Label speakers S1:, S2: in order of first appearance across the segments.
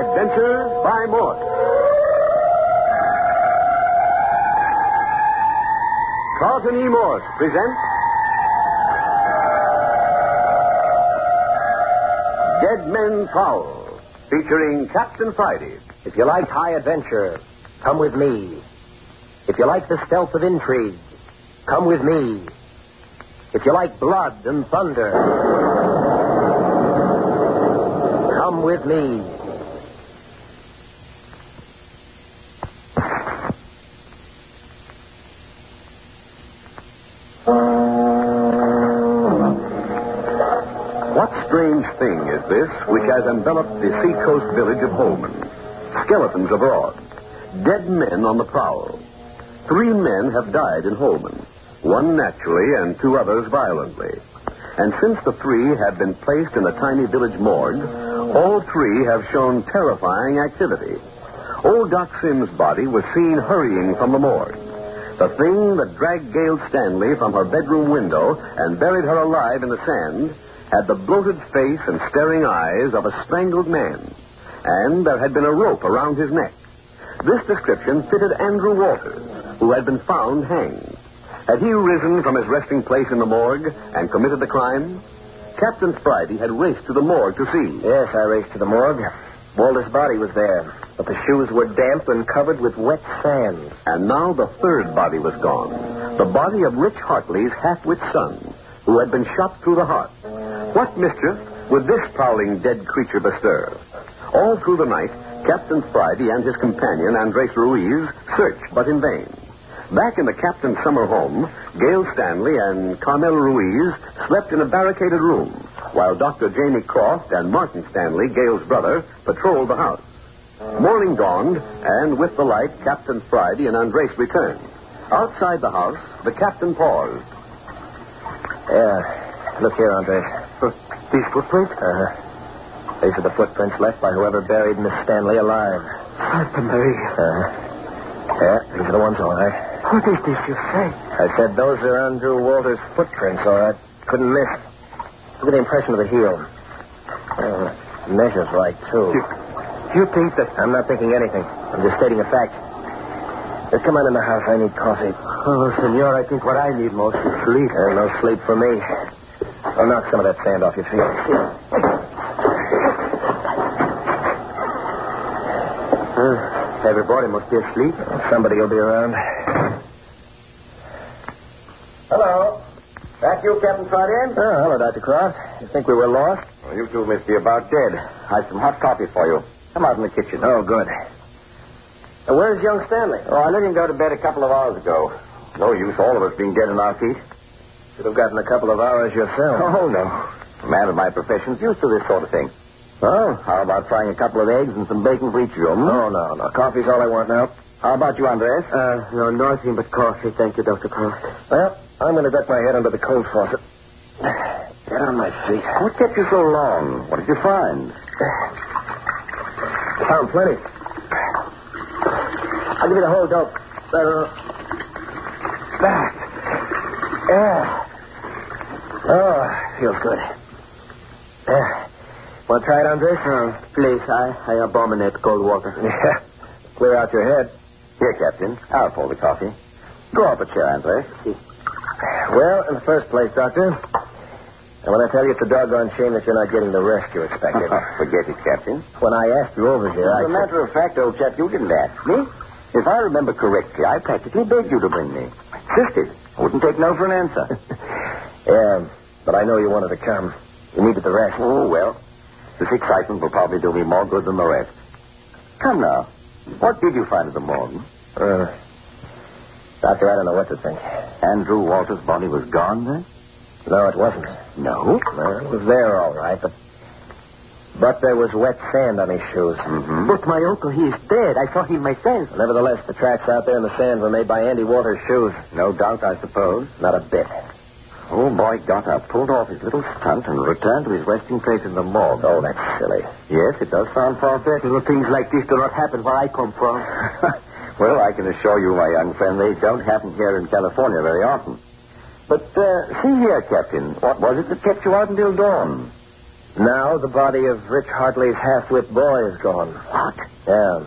S1: Adventures by Mork. Carlton E. Morse presents Dead Men's Howl, featuring Captain Friday.
S2: If you like high adventure, come with me. If you like the stealth of intrigue, come with me. If you like blood and thunder, come with me.
S1: What strange thing is this which has enveloped the seacoast village of Holman? Skeletons abroad, dead men on the prowl. Three men have died in Holman, one naturally and two others violently. And since the three have been placed in a tiny village morgue, all three have shown terrifying activity. Old Doc Sims' body was seen hurrying from the morgue. The thing that dragged Gail Stanley from her bedroom window and buried her alive in the sand had the bloated face and staring eyes of a strangled man, and there had been a rope around his neck. This description fitted Andrew Walters, who had been found hanged. Had he risen from his resting place in the morgue and committed the crime? Captain Friday had raced to the morgue to see.
S2: Yes, I raced to the morgue. Walter's body was there, but the shoes were damp and covered with wet sand.
S1: And now the third body was gone. The body of Rich Hartley's half-wit son, who had been shot through the heart. What mischief would this prowling dead creature bestir? All through the night, Captain Friday and his companion, Andres Ruiz, searched, but in vain. Back in the captain's summer home, Gail Stanley and Carmel Ruiz slept in a barricaded room, while Dr. Jamie Croft and Martin Stanley, Gail's brother, patrolled the house. Morning dawned, and with the light, Captain Friday and Andres returned. Outside the house, the captain paused.
S2: Yeah. Look here, Andres.
S1: These footprints?
S2: Uh-huh. These are the footprints left by whoever buried Miss Stanley alive.
S3: Santa Maria.
S2: Uh-huh. Yeah, these are the ones, all right.
S3: What is this you say?
S2: I said those are Andrew Walter's footprints, all right. Couldn't miss. Look at the impression of the heel. Uh, measures right, too.
S3: You, you think that...
S2: I'm not thinking anything. I'm just stating a fact. Just Uh, come on in the house. I need coffee.
S3: Oh, senor, I think what I need most is sleep.
S2: Uh, no sleep for me. I'll knock some of that sand off your feet.
S3: Uh, everybody must be asleep.
S2: Somebody will be around.
S4: Hello. That you, Captain Friday?
S2: Oh, hello, Dr. Cross. You think we were lost?
S4: Well, you two must be about dead. I've some hot coffee for you. Come out in the kitchen.
S2: Oh, good. Uh, where's young Stanley?
S4: Oh, I let him go to bed a couple of hours ago. No use all of us being dead on our feet.
S2: Should have gotten a couple of hours yourself.
S4: Oh, no. A man of my profession's used to this sort of thing. Well, how about trying a couple of eggs and some bacon for each of you? hmm?
S2: No, no, no. Coffee's all I want now.
S4: How about you, Andres?
S3: Uh, no, nothing but coffee. Thank you, Dr. Croft.
S2: Well, I'm going to get my head under the cold faucet. Get on my feet.
S4: What kept you so long? What did you find?
S2: Found plenty. I'll give you the whole dope. Uh, back. Yeah. Oh, feels good. Yeah. Want to try it, Andres?
S3: Uh, please, I, I abominate cold water.
S2: Yeah. Clear out your head.
S4: Here, Captain. I'll pour the coffee. Go up a chair, Andres.
S2: Well, in the first place, Doctor, I want to tell you it's a doggone shame that you're not getting the rest you expected.
S4: Forget it, Captain.
S2: when I asked you over here,
S4: As a
S2: I said,
S4: matter of fact, old chap, you didn't ask me. If I remember correctly, I practically begged you to bring me. Insisted. I wouldn't take no for an answer.
S2: yeah, but I know you wanted to come. You needed the rest.
S4: oh, well. This excitement will probably do me more good than the rest. Come now. What did you find in the morning?
S2: Uh, doctor, I don't know what to think.
S4: Andrew Walter's body was gone, then?
S2: No, it wasn't.
S4: No.
S2: Well, it was there all right, but but there was wet sand on his shoes.
S4: Mm-hmm.
S3: But my uncle, he is dead. I saw him myself.
S2: Nevertheless, the tracks out there in the sand were made by Andy Walter's shoes.
S4: No doubt, I suppose.
S2: Not a bit.
S4: Old boy got up, pulled off his little stunt, and returned to his resting place in the morgue.
S2: Oh, that's silly.
S4: Yes, it does sound far-fetched.
S3: Little things like this do not happen where I come from.
S4: well, I can assure you, my young friend, they don't happen here in California very often. But uh, see here, Captain, what was it that kept you out until dawn?
S2: Now the body of Rich Hartley's half-wit boy is gone.
S1: What?
S2: Yeah.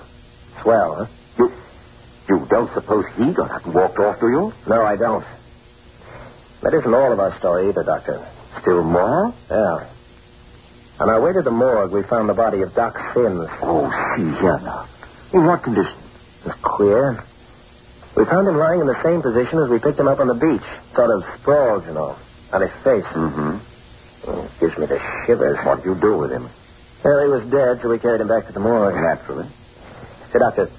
S2: Swell, huh?
S1: You, you don't suppose he got up and walked off, do you?
S2: No, I don't. That isn't all of our story either, Doctor.
S1: Still more?
S2: Yeah. On our way to the morgue, we found the body of Doc Sims.
S1: Oh, see here now. In what condition?
S2: It's queer. We found him lying in the same position as we picked him up on the beach. Sort of sprawled, you know, on his face.
S1: Mm-hmm.
S2: Oh, it gives me the shivers.
S1: What did you do with him?
S2: Well, he was dead, so we carried him back to the morgue.
S1: Naturally.
S2: Say, Doctor,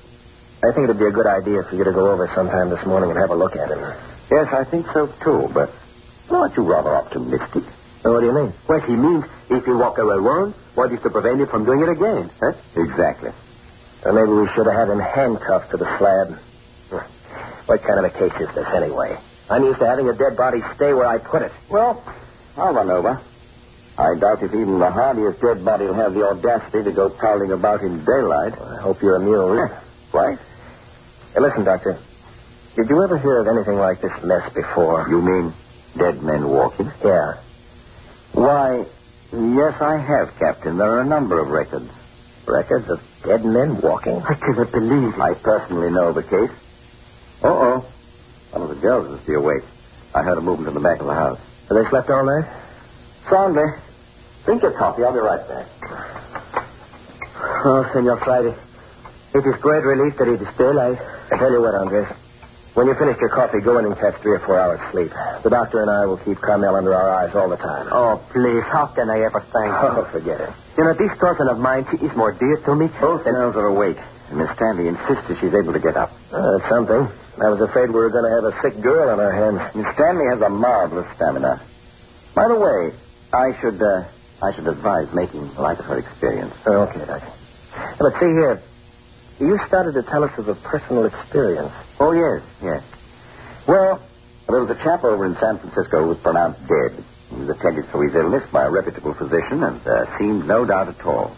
S2: I think it'd be a good idea for you to go over sometime this morning and have a look at him.
S1: Yes, I think so too, but aren't you rather optimistic?
S2: Well, what do you mean?
S5: Well, he means if you walk away alone, what is to prevent you from doing it again? Huh?
S1: Exactly.
S2: Well, maybe we should have had him handcuffed to the slab. Hmm. What kind of a case is this, anyway? I'm used to having a dead body stay where I put it.
S1: Well, I'll run over. I doubt if even the hardiest dead body will have the audacity to go prowling about in daylight.
S2: I hope you're amused.
S1: Why?
S2: Hey, listen, Doctor. Did you ever hear of anything like this mess before?
S1: You mean dead men walking?
S2: Yeah.
S1: Why, yes, I have, Captain. There are a number of records.
S2: Records of dead men walking.
S5: I cannot believe it.
S1: I personally know of a case. Uh-oh. One of the girls must be awake. I heard a movement in the back of the house.
S2: Have they slept all night?
S1: Soundly. Drink your coffee. I'll be right back.
S5: Oh, Senor Friday. It is great relief that it is daylight.
S2: I tell you what, Andres. When you finish your coffee, go in and catch three or four hours sleep. The doctor and I will keep Carmel under our eyes all the time.
S5: Oh, please, how can I ever thank you?
S2: Oh, forget it.
S5: You know, this cousin of mine, she is more dear to me.
S1: Both girls are awake, and Miss Stanley insisted she's able to get up.
S2: Oh, that's something. I was afraid we were going to have a sick girl on our hands.
S1: Miss Stanley has a marvelous stamina. By the way, I should, uh, I should advise making light of her experience.
S2: Oh, okay, Doctor. But see here. You started to tell us of a personal experience.
S1: Oh, yes, yes. Well, there was a chap over in San Francisco who was pronounced dead. He was attended to his illness by a reputable physician and uh, seemed no doubt at all.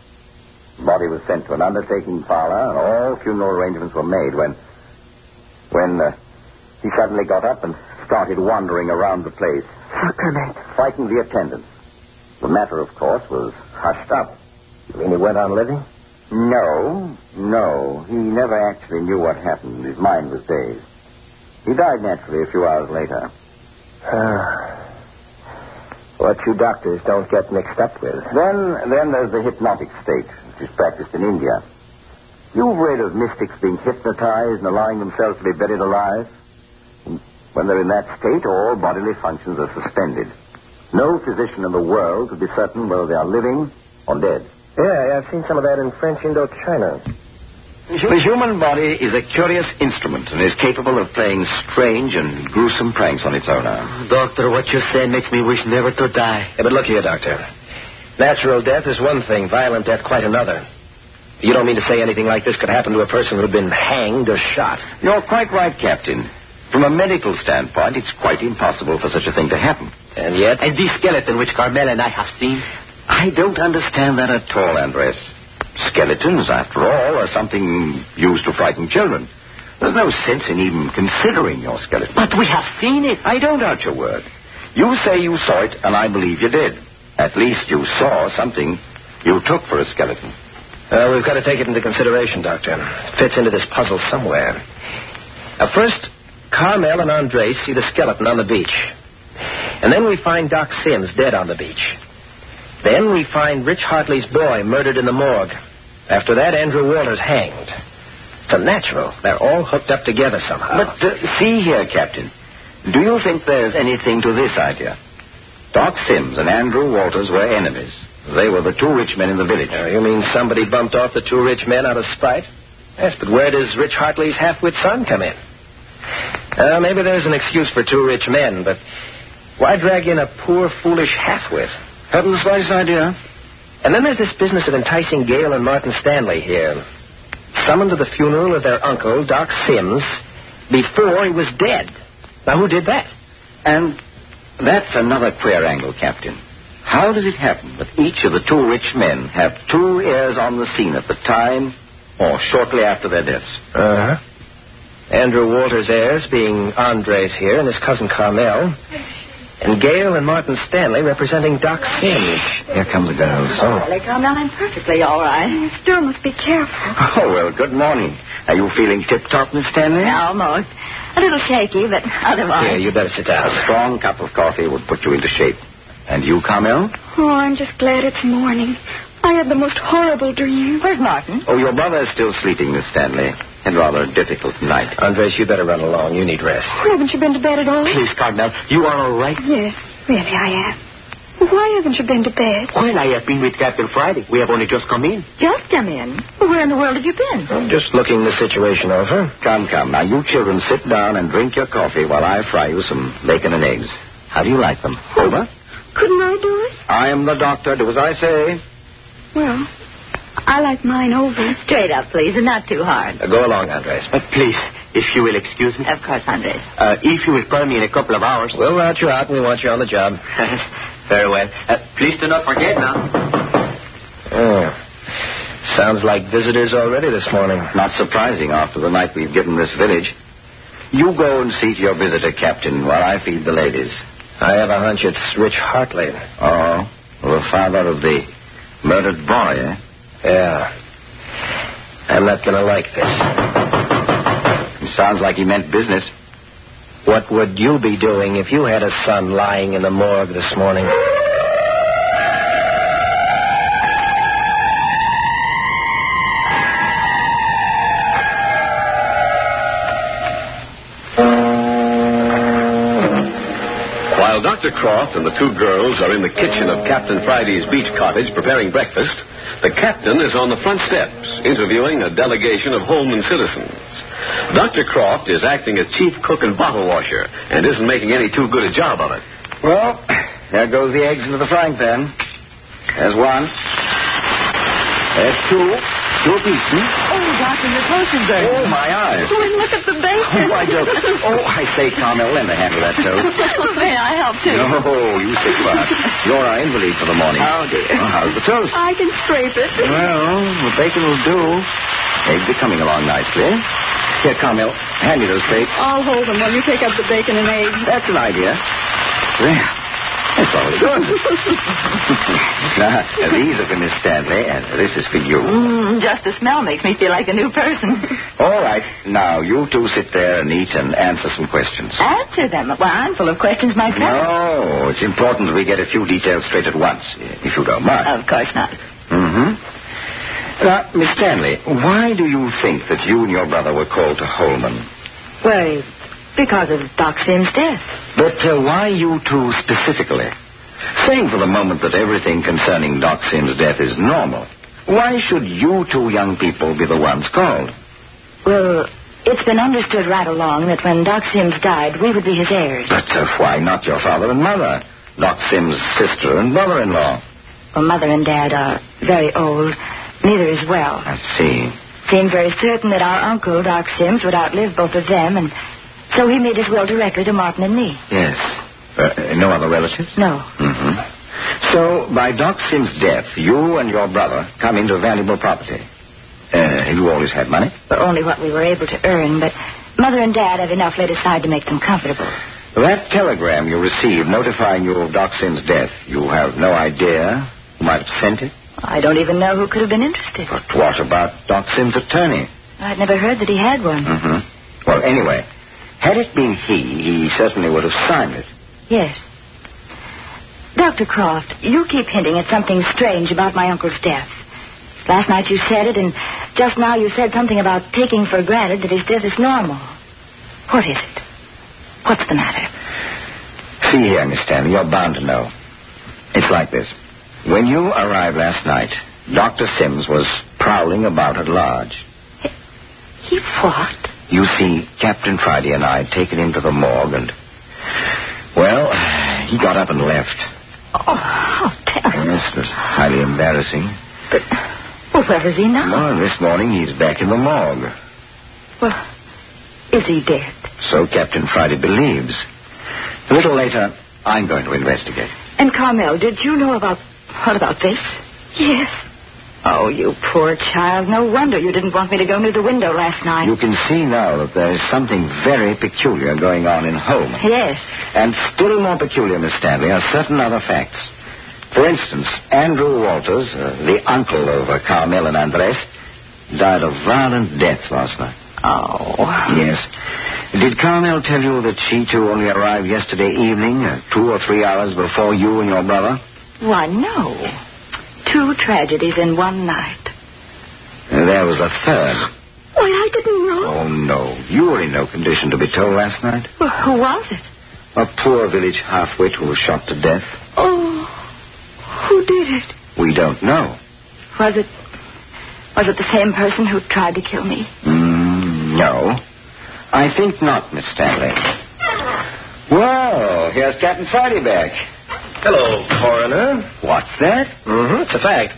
S1: The body was sent to an undertaking parlor and all funeral arrangements were made when, when uh, he suddenly got up and started wandering around the place.
S5: Sacrament.
S1: Frightened the attendants. The matter, of course, was hushed up.
S2: You mean he went on living?
S1: No, no. He never actually knew what happened. His mind was dazed. He died naturally a few hours later.
S2: Ah. what you doctors don't get mixed up with.
S1: Then, then there's the hypnotic state, which is practiced in India. You've read of mystics being hypnotized and allowing themselves to be buried alive. When they're in that state, all bodily functions are suspended. No physician in the world could be certain whether they are living or dead.
S2: Yeah, I've seen some of that in French Indochina.
S6: The human body is a curious instrument and is capable of playing strange and gruesome pranks on its owner.
S5: Doctor, what you say makes me wish never to die.
S2: Yeah, but look here, Doctor. Natural death is one thing, violent death quite another. You don't mean to say anything like this could happen to a person who'd been hanged or shot.
S6: You're quite right, Captain. From a medical standpoint, it's quite impossible for such a thing to happen.
S2: And yet.
S5: And this skeleton which Carmel and I have seen,
S6: I don't understand that at all, Andres. Skeletons, after all, are something used to frighten children. There's no sense in even considering your skeleton.
S5: but we have seen it.
S6: I don't doubt your word. You say you saw it, and I believe you did. At least you saw something you took for a skeleton.
S2: Uh, we've got to take it into consideration, Doctor. It fits into this puzzle somewhere. Now, first, Carmel and Andres see the skeleton on the beach. And then we find Doc Sims dead on the beach. Then we find Rich Hartley's boy murdered in the morgue. After that, Andrew Walters hanged. It's unnatural. They're all hooked up together somehow.
S6: But uh, see here, Captain. Do you think there's anything to this idea? Doc Sims and Andrew Walters were enemies. They were the two rich men in the village.
S2: Uh, you mean somebody bumped off the two rich men out of spite? Yes, but where does Rich Hartley's half-wit son come in? Uh, maybe there's an excuse for two rich men, but why drag in a poor, foolish half-wit?
S6: Haven't the slightest idea.
S2: And then there's this business of enticing Gale and Martin Stanley here. Summoned to the funeral of their uncle, Doc Sims, before he was dead. Now, who did that?
S6: And that's another queer angle, Captain. How does it happen that each of the two rich men have two heirs on the scene at the time or shortly after their deaths?
S2: Uh huh. Andrew Walters' heirs being Andres here and his cousin Carmel.
S7: and Gail and Martin Stanley representing Doc Sims.
S1: Here come the girls.
S7: Oh.
S2: They come out. I'm perfectly all right. Still must be careful.
S1: Oh, well, good morning. Are you feeling tip-top, Miss Stanley?
S2: Almost. A little shaky, but
S7: Here,
S2: otherwise.
S7: you better sit
S1: A
S7: down.
S1: strong cup of coffee would put you into shape. And you, Carmel?
S8: Oh, I'm just glad it's morning. I had the most horrible dream.
S2: Where's Martin?
S1: Oh, your brother is still sleeping, Miss Stanley. And rather a difficult night.
S7: Andres, you better run along. You need rest.
S8: Haven't you been to bed at all?
S1: Please, Cardinal, you are all right.
S8: Yes, really, I am. Why haven't you been to bed?
S3: Well, I have been with Captain Friday. We have only just come in.
S2: Just come in. Where in the world have you been?
S7: I'm just looking the situation over.
S1: Come, come. Now, you children sit down and drink your coffee while I fry you some bacon and eggs. How do you like them? Over.
S8: Couldn't I do it?
S1: I am the doctor. Do as I say.
S8: Well, I like mine over.
S2: Straight up, please, and not too hard.
S7: Uh, go along, Andres.
S3: But please, if you will excuse me,
S2: Of course, Andres.
S3: uh, if you will call me in a couple of hours.
S7: We'll route you out, and we want you on the job.
S3: Very well. Uh, please do not forget now.
S7: Oh. Sounds like visitors already this morning.
S1: Not surprising after the night we've given this village. You go and seat your visitor, Captain, while I feed the ladies.
S7: I have a hunch it's Rich Hartley.
S1: Oh, the father of the murdered boy, eh?
S7: Yeah. I'm not going to like this.
S1: It sounds like he meant business.
S7: What would you be doing if you had a son lying in the morgue this morning?
S9: While Dr. Croft and the two girls are in the kitchen of Captain Friday's beach cottage preparing breakfast, the captain is on the front steps interviewing a delegation of Holman citizens. Dr. Croft is acting as chief cook and bottle washer and isn't making any too good a job of it.
S1: Well, there goes the eggs into the frying pan. There's one. There's two. Two pieces.
S2: Oh, Doctor, your potion's there.
S1: Oh, my eyes.
S2: Oh, and look at the
S1: Oh,
S2: bacon.
S1: I don't. Oh, I say, Carmel, let me handle that toast.
S2: May I help, too?
S1: No, you sit back. You're our invalid for the morning.
S2: Oh, dear.
S1: Well, how's the toast?
S8: I can scrape it.
S1: Well, the bacon will do. Eggs are coming along nicely. Here, Carmel, hand me those plates.
S2: I'll hold them while you pick up the bacon and eggs.
S1: That's an idea. There. That's all good. now, these are for Miss Stanley, and this is for you.
S2: Mm, just the smell makes me feel like a new person.
S1: All right. Now, you two sit there and eat and answer some questions.
S2: Answer them. Well, I'm full of questions myself.
S1: No, it's important that we get a few details straight at once, if you don't mind.
S2: Of course not.
S1: Mm-hmm. Now, Miss Stanley, why do you think that you and your brother were called to Holman?
S2: Well, because of Doc Sims' death.
S1: But uh, why you two specifically? Saying for the moment that everything concerning Doc Sim's death is normal, why should you two young people be the ones called?
S2: Well, it's been understood right along that when Doc Sims died, we would be his heirs.
S1: But uh, why not your father and mother? Doc Sim's sister and mother-in-law.
S2: Well, Mother and Dad are very old. Neither is well.
S1: I see.
S2: Seemed very certain that our uncle, Doc Sims, would outlive both of them, and so he made his will directly to Martin and me.
S1: Yes. Uh, no other relatives?
S2: No.
S1: Mm-hmm. So, by Doc Sim's death, you and your brother come into valuable property. Uh, have you always had money?
S2: But only what we were able to earn, but Mother and Dad have enough laid aside to make them comfortable.
S1: That telegram you received notifying you of Doc Sim's death, you have no idea who might have sent it?
S2: I don't even know who could have been interested.
S1: But what about Doc Sim's attorney?
S2: I'd never heard that he had one.
S1: Mm-hmm. Well, anyway, had it been he, he certainly would have signed it.
S2: Yes. Dr. Croft, you keep hinting at something strange about my uncle's death. Last night you said it, and just now you said something about taking for granted that his death is normal. What is it? What's the matter?
S1: See here, Miss Stanley, you're bound to know. It's like this. When you arrived last night, Dr. Sims was prowling about at large.
S2: He what?
S1: You see, Captain Friday and I had taken him to the morgue and. Well, he got up and left.
S2: Oh, how terrible.
S1: Yes, it was highly embarrassing.
S2: But, well, where is he now?
S1: Well, this morning he's back in the morgue.
S2: Well, is he dead?
S1: So Captain Friday believes. A little later, I'm going to investigate.
S2: And Carmel, did you know about what about this?
S8: Yes.
S2: Oh, you poor child. No wonder you didn't want me to go near the window last night.
S1: You can see now that there's something very peculiar going on in Holmes.
S2: Yes.
S1: And still more peculiar, Miss Stanley, are certain other facts. For instance, Andrew Walters, uh, the uncle of uh, Carmel and Andres, died a violent death last night.
S2: Oh.
S1: Yes. Did Carmel tell you that she too only arrived yesterday evening, uh, two or three hours before you and your brother?
S2: Why, no. Two tragedies in one night.
S1: Uh, there was a third.
S8: Why, I didn't know.
S1: Oh, no. You were in no condition to be told last night.
S2: Well, who was it?
S1: A poor village halfwit who was shot to death.
S8: Oh, who did it?
S1: We don't know.
S2: Was it. Was it the same person who tried to kill me?
S1: Mm, no. I think not, Miss Stanley. Well, here's Captain Friday back.
S7: Hello, coroner.
S1: What's that?
S7: Mm-hmm. It's a fact.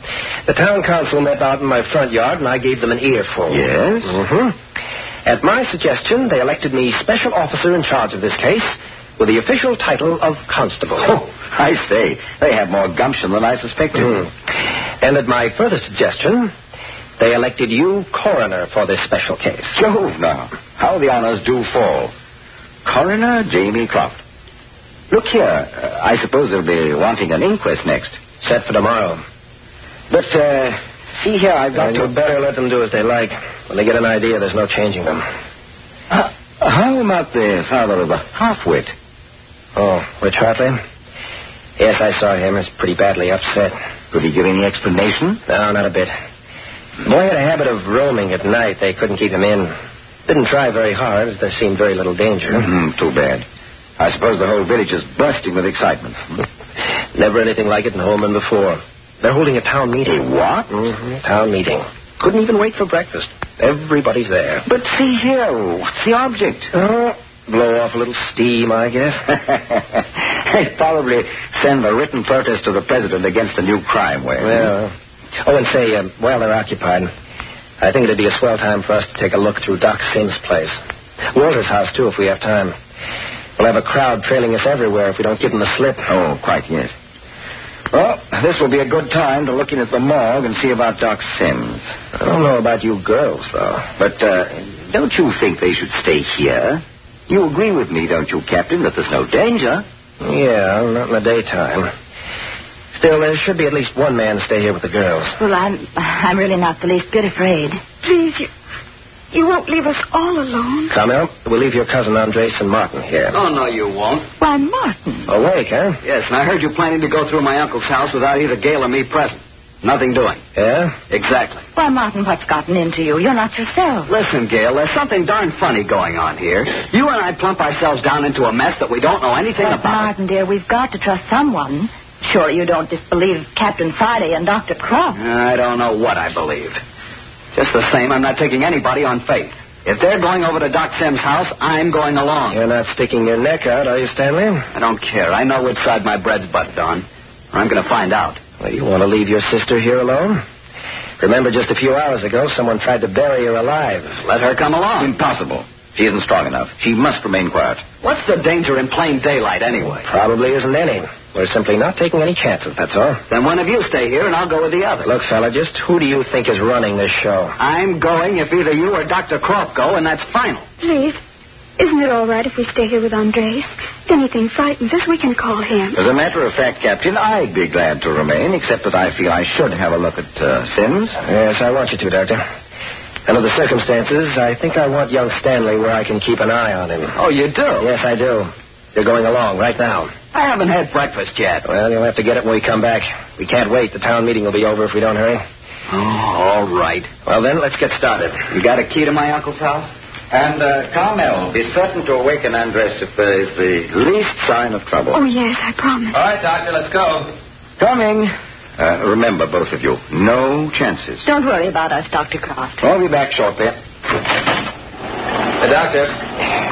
S7: The town council met out in my front yard, and I gave them an earful.
S1: Yes?
S7: Mm-hmm. At my suggestion, they elected me special officer in charge of this case with the official title of constable.
S1: Oh, I say, they have more gumption than I suspected.
S7: Mm. And at my further suggestion, they elected you coroner for this special case.
S1: Jove, now. How the honors do fall. Coroner Jamie Croft. Look here. uh, I suppose they'll be wanting an inquest next.
S7: Set for tomorrow.
S1: But, uh, see here, I've got
S7: And
S1: to...
S7: you better let them do as they like. When they get an idea, there's no changing them.
S1: Uh, how about the father of the half-wit?
S7: Oh, Rich Hartley? Yes, I saw him. He's pretty badly upset.
S1: Could he give any explanation?
S7: No, not a bit. The boy had a habit of roaming at night. They couldn't keep him in. Didn't try very hard, as there seemed very little danger.
S1: Mhm, too bad. I suppose the whole village is bursting with excitement.
S7: Never anything like it in Holman before. They're holding a town meeting.
S1: A what?
S7: hmm Town meeting. Couldn't even wait for breakfast. Everybody's there.
S1: But see here, what's the object?
S7: Oh, blow off a little steam, I guess.
S1: They'd probably send a written protest to the president against the new crime wave.
S7: Well, oh, and say, um, while they're occupied, I think it'd be a swell time for us to take a look through Doc Sim's place. Walter's house, too, if we have time. We'll have a crowd trailing us everywhere if we don't give them the slip.
S1: Oh, quite, yes. Well, this will be a good time to look in at the morgue and see about Doc Sims.
S7: I don't know about you girls, though.
S1: But uh, don't you think they should stay here? You agree with me, don't you, Captain, that there's no danger?
S7: Yeah, not in the daytime. Still, there should be at least one man stay here with the girls.
S2: Well, I'm. I'm really not the least bit afraid.
S8: Please, you, you won't leave us all alone.
S7: Carmel, we'll leave your cousin Andres and Martin here.
S3: Oh, no, you won't.
S2: Why, Martin.
S7: Awake, huh?
S3: Yes, and I heard you planning to go through my uncle's house without either Gail or me present. Nothing doing.
S7: Yeah?
S3: Exactly.
S2: Why, Martin, what's gotten into you? You're not yourself.
S3: Listen, Gail, there's something darn funny going on here. You and I plump ourselves down into a mess that we don't know anything
S2: But,
S3: about.
S2: Martin, dear, we've got to trust someone. Surely you don't disbelieve Captain Friday and Dr. Croft.
S3: I don't know what I believe. Just the same, I'm not taking anybody on faith. If they're going over to Doc Sims' house, I'm going along.
S7: You're not sticking your neck out, are you, Stanley?
S3: I don't care. I know which side my bread's buttered on. Or I'm going to find out.
S7: Well, you want to leave your sister here alone? Remember, just a few hours ago, someone tried to bury her alive.
S3: Let her come along.
S1: Impossible. She isn't strong enough. She must remain quiet.
S3: What's the danger in plain daylight, anyway?
S7: Probably isn't any. We're simply not taking any chances, that's all.
S3: Then one of you stay here, and I'll go with the other.
S7: Look, fella, just who do you think is running this show?
S3: I'm going if either you or Dr. Croft go, and that's final.
S8: Please, isn't it all right if we stay here with Andres? If anything frightens us, we can call him.
S1: As a matter of fact, Captain, I'd be glad to remain, except that I feel I should have a look at uh, Sims.
S7: Yes, I want you to, Doctor. Under the circumstances, I think I want young Stanley where I can keep an eye on him.
S3: Oh, you do?
S7: Yes, I do. You're going along right now.
S3: I haven't had breakfast yet.
S7: Well, you'll have to get it when we come back. We can't wait. The town meeting will be over if we don't hurry.
S3: Oh, all right.
S7: Well, then, let's get started.
S3: You got a key to my uncle's house?
S1: And uh, Carmel, be certain to awaken Andres if there is the least sign of trouble.
S8: Oh, yes, I promise.
S1: All right, Doctor, let's go. Coming. Uh, remember, both of you, no chances.
S2: Don't worry about us, Dr. Croft.
S1: I'll be back shortly.
S7: Uh, doctor,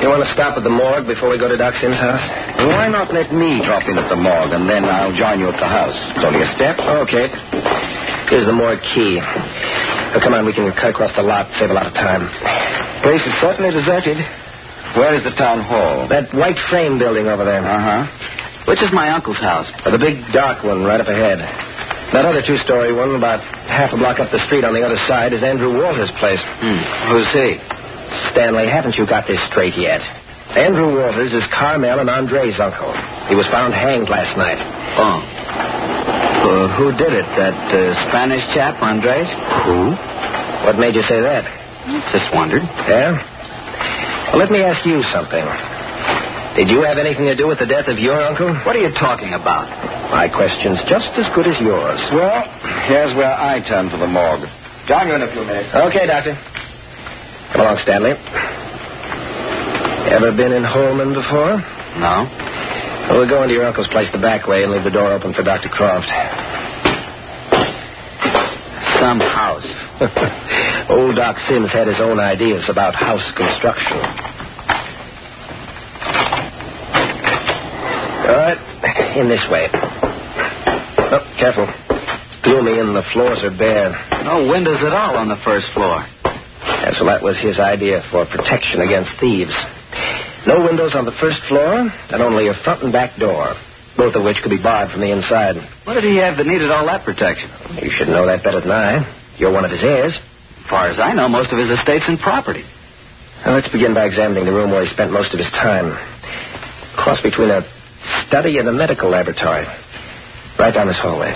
S7: you want to stop at the morgue before we go to Doc Sims' house?
S1: Why not let me drop in at the morgue and then I'll join you at the house? It's only a step.
S7: Okay. Here's the morgue key. Oh, come on, we can cut across the lot, save a lot of time.
S1: Place is certainly deserted. Where is the town hall?
S7: That white frame building over there.
S1: Uh huh.
S3: Which is my uncle's house?
S7: Uh, The big dark one right up ahead. That other two story one, about half a block up the street on the other side, is Andrew Walters' place.
S1: Hmm.
S7: Who's he? Stanley, haven't you got this straight yet? Andrew Walters is Carmel and Andre's uncle. He was found hanged last night.
S1: Oh. Uh, who did it? That uh, Spanish chap, Andres? Who?
S7: What made you say that?
S1: Just wondered.
S7: Yeah? Well, let me ask you something. Did you have anything to do with the death of your uncle?
S1: What are you talking about?
S7: My question's just as good as yours.
S10: Well, here's where I turn for the morgue. Down here in a few minutes.
S7: Okay, Doctor. Come along, Stanley. Ever been in Holman before?
S1: No.
S7: Well, we'll go into your uncle's place the back way and leave the door open for Dr. Croft.
S1: Some house.
S7: Old Doc Sims had his own ideas about house construction. All right, in this way. Oh, careful. It's gloomy and the floors are bare.
S1: No windows at all on the first floor.
S7: Yes, well, that was his idea for protection against thieves. No windows on the first floor, and only a front and back door, both of which could be barred from the inside.
S1: What did he have that needed all that protection?
S7: You should know that better than I. You're one of his heirs.
S1: As far as I know, most of his estate's and property.
S7: Now, let's begin by examining the room where he spent most of his time. Cross between a study and a medical laboratory. Right down this hallway.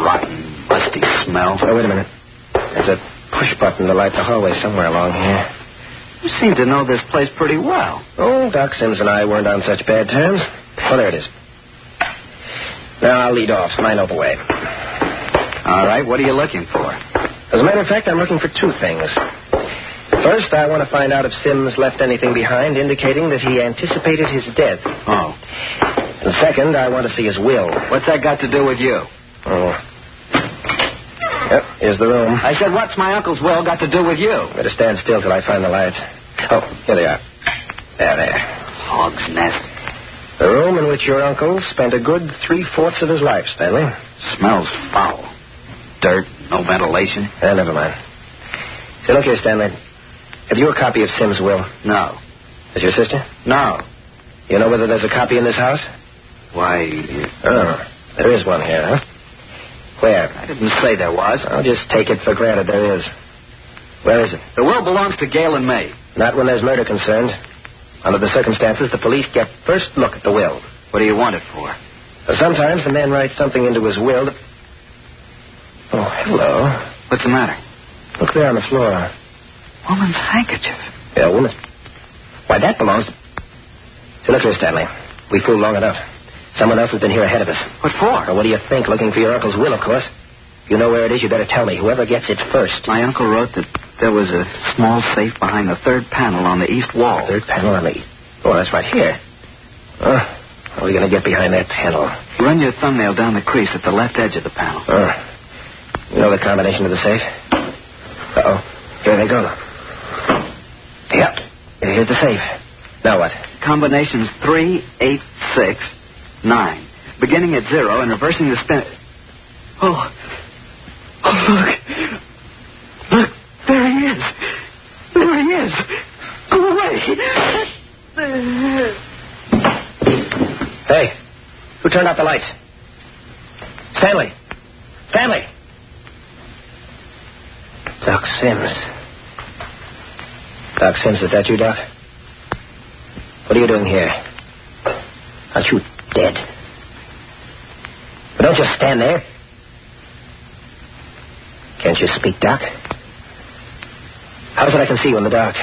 S1: Rotten, musty smell.
S7: Oh, wait a minute. There's a push button to light the hallway somewhere along here.
S1: You seem to know this place pretty well.
S7: Oh, Doc Sims and I weren't on such bad terms. Well, there it is. Now I'll lead off. Mine over way.
S1: All right, what are you looking for?
S7: As a matter of fact, I'm looking for two things. First, I want to find out if Sims left anything behind indicating that he anticipated his death.
S1: Oh.
S7: And second, I want to see his will.
S1: What's that got to do with you?
S7: Oh. Yep, here's the room.
S1: I said, what's my uncle's will got to do with you?
S7: Better stand still till I find the lights. Oh, here they are. There, there.
S1: Hog's nest.
S7: The room in which your uncle spent a good three fourths of his life, Stanley. Eh,
S1: Smells foul. Dirt, no ventilation.
S7: Ah, never mind. Say, look here, Stanley. Have you a copy of Sims' will?
S1: No.
S7: Is your sister?
S1: No.
S7: You know whether there's a copy in this house?
S1: Why,
S7: Oh, there is one here, huh? Where?
S1: I didn't say there was.
S7: I'll just take it for granted there is. Where is it?
S1: The will belongs to Gail and me.
S7: Not when there's murder concerned. Under the circumstances, the police get first look at the will.
S1: What do you want it for?
S7: Sometimes the man writes something into his will that... Oh, hello.
S1: What's the matter?
S7: Look there on the floor.
S1: Woman's handkerchief.
S7: Yeah, woman. Why, that belongs to... So look here, Stanley. We fooled long enough. Someone else has been here ahead of us.
S1: What
S7: Now,
S1: for?
S7: what do you think? Looking for your uncle's will, of course. If you know where it is, you better tell me. Whoever gets it first.
S1: My uncle wrote that there was a small safe behind the third panel on the east wall.
S7: Third panel on the... Oh, that's right here. Oh, how are we going to get behind that panel?
S1: Run your thumbnail down the crease at the left edge of the panel.
S7: Oh. You know the combination of the safe? Uh-oh. Here they go. Yep. Here's the safe. Now what?
S1: Combinations three, eight, six, nine. Beginning at zero and reversing the spin. Oh. Oh, look. Look, there he is. There he is. Go away.
S7: Hey, who turned out the lights? Stanley. Stanley. Doc Sims. Doc Sims, is that you, Doc? What are you doing here? Aren't you dead? But don't just stand there. Can't you speak, Doc? How's it I can see you in the dark?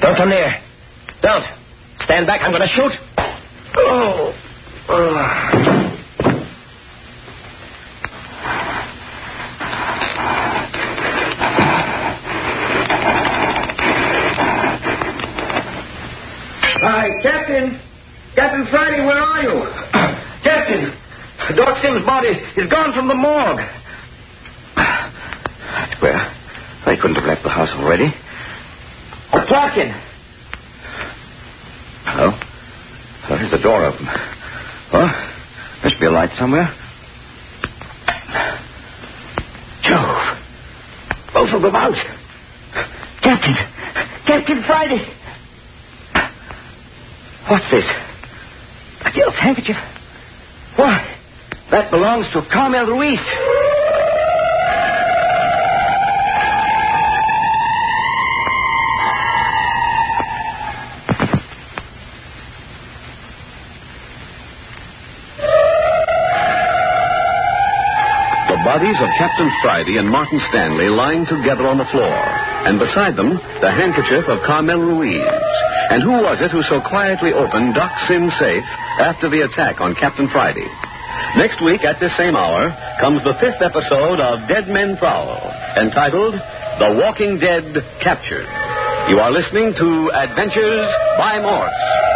S7: Don't come near. Don't. Stand back. I'm going to shoot. Oh. Ugh.
S11: Hi, Captain. Captain Friday, where are you? Captain, Doc Sims' body is gone from the morgue.
S1: That's queer. They couldn't have left the house already.
S11: Oh, Plotkin.
S1: Hello? Oh, there's the door open. Well, there should be a light somewhere.
S11: Jove. Both of them out. Captain. Captain Friday. What's this? A girl's handkerchief.
S12: What? That belongs to Carmel Ruiz.
S7: The bodies of Captain Friday and Martin Stanley lying together on the floor, and beside them, the handkerchief of Carmel Ruiz. And who was it who so quietly opened Doc Sim's safe after the attack on Captain Friday? Next week, at this same hour, comes the fifth episode of Dead Men Prowl, entitled The Walking Dead Captured. You are listening to Adventures by Morse.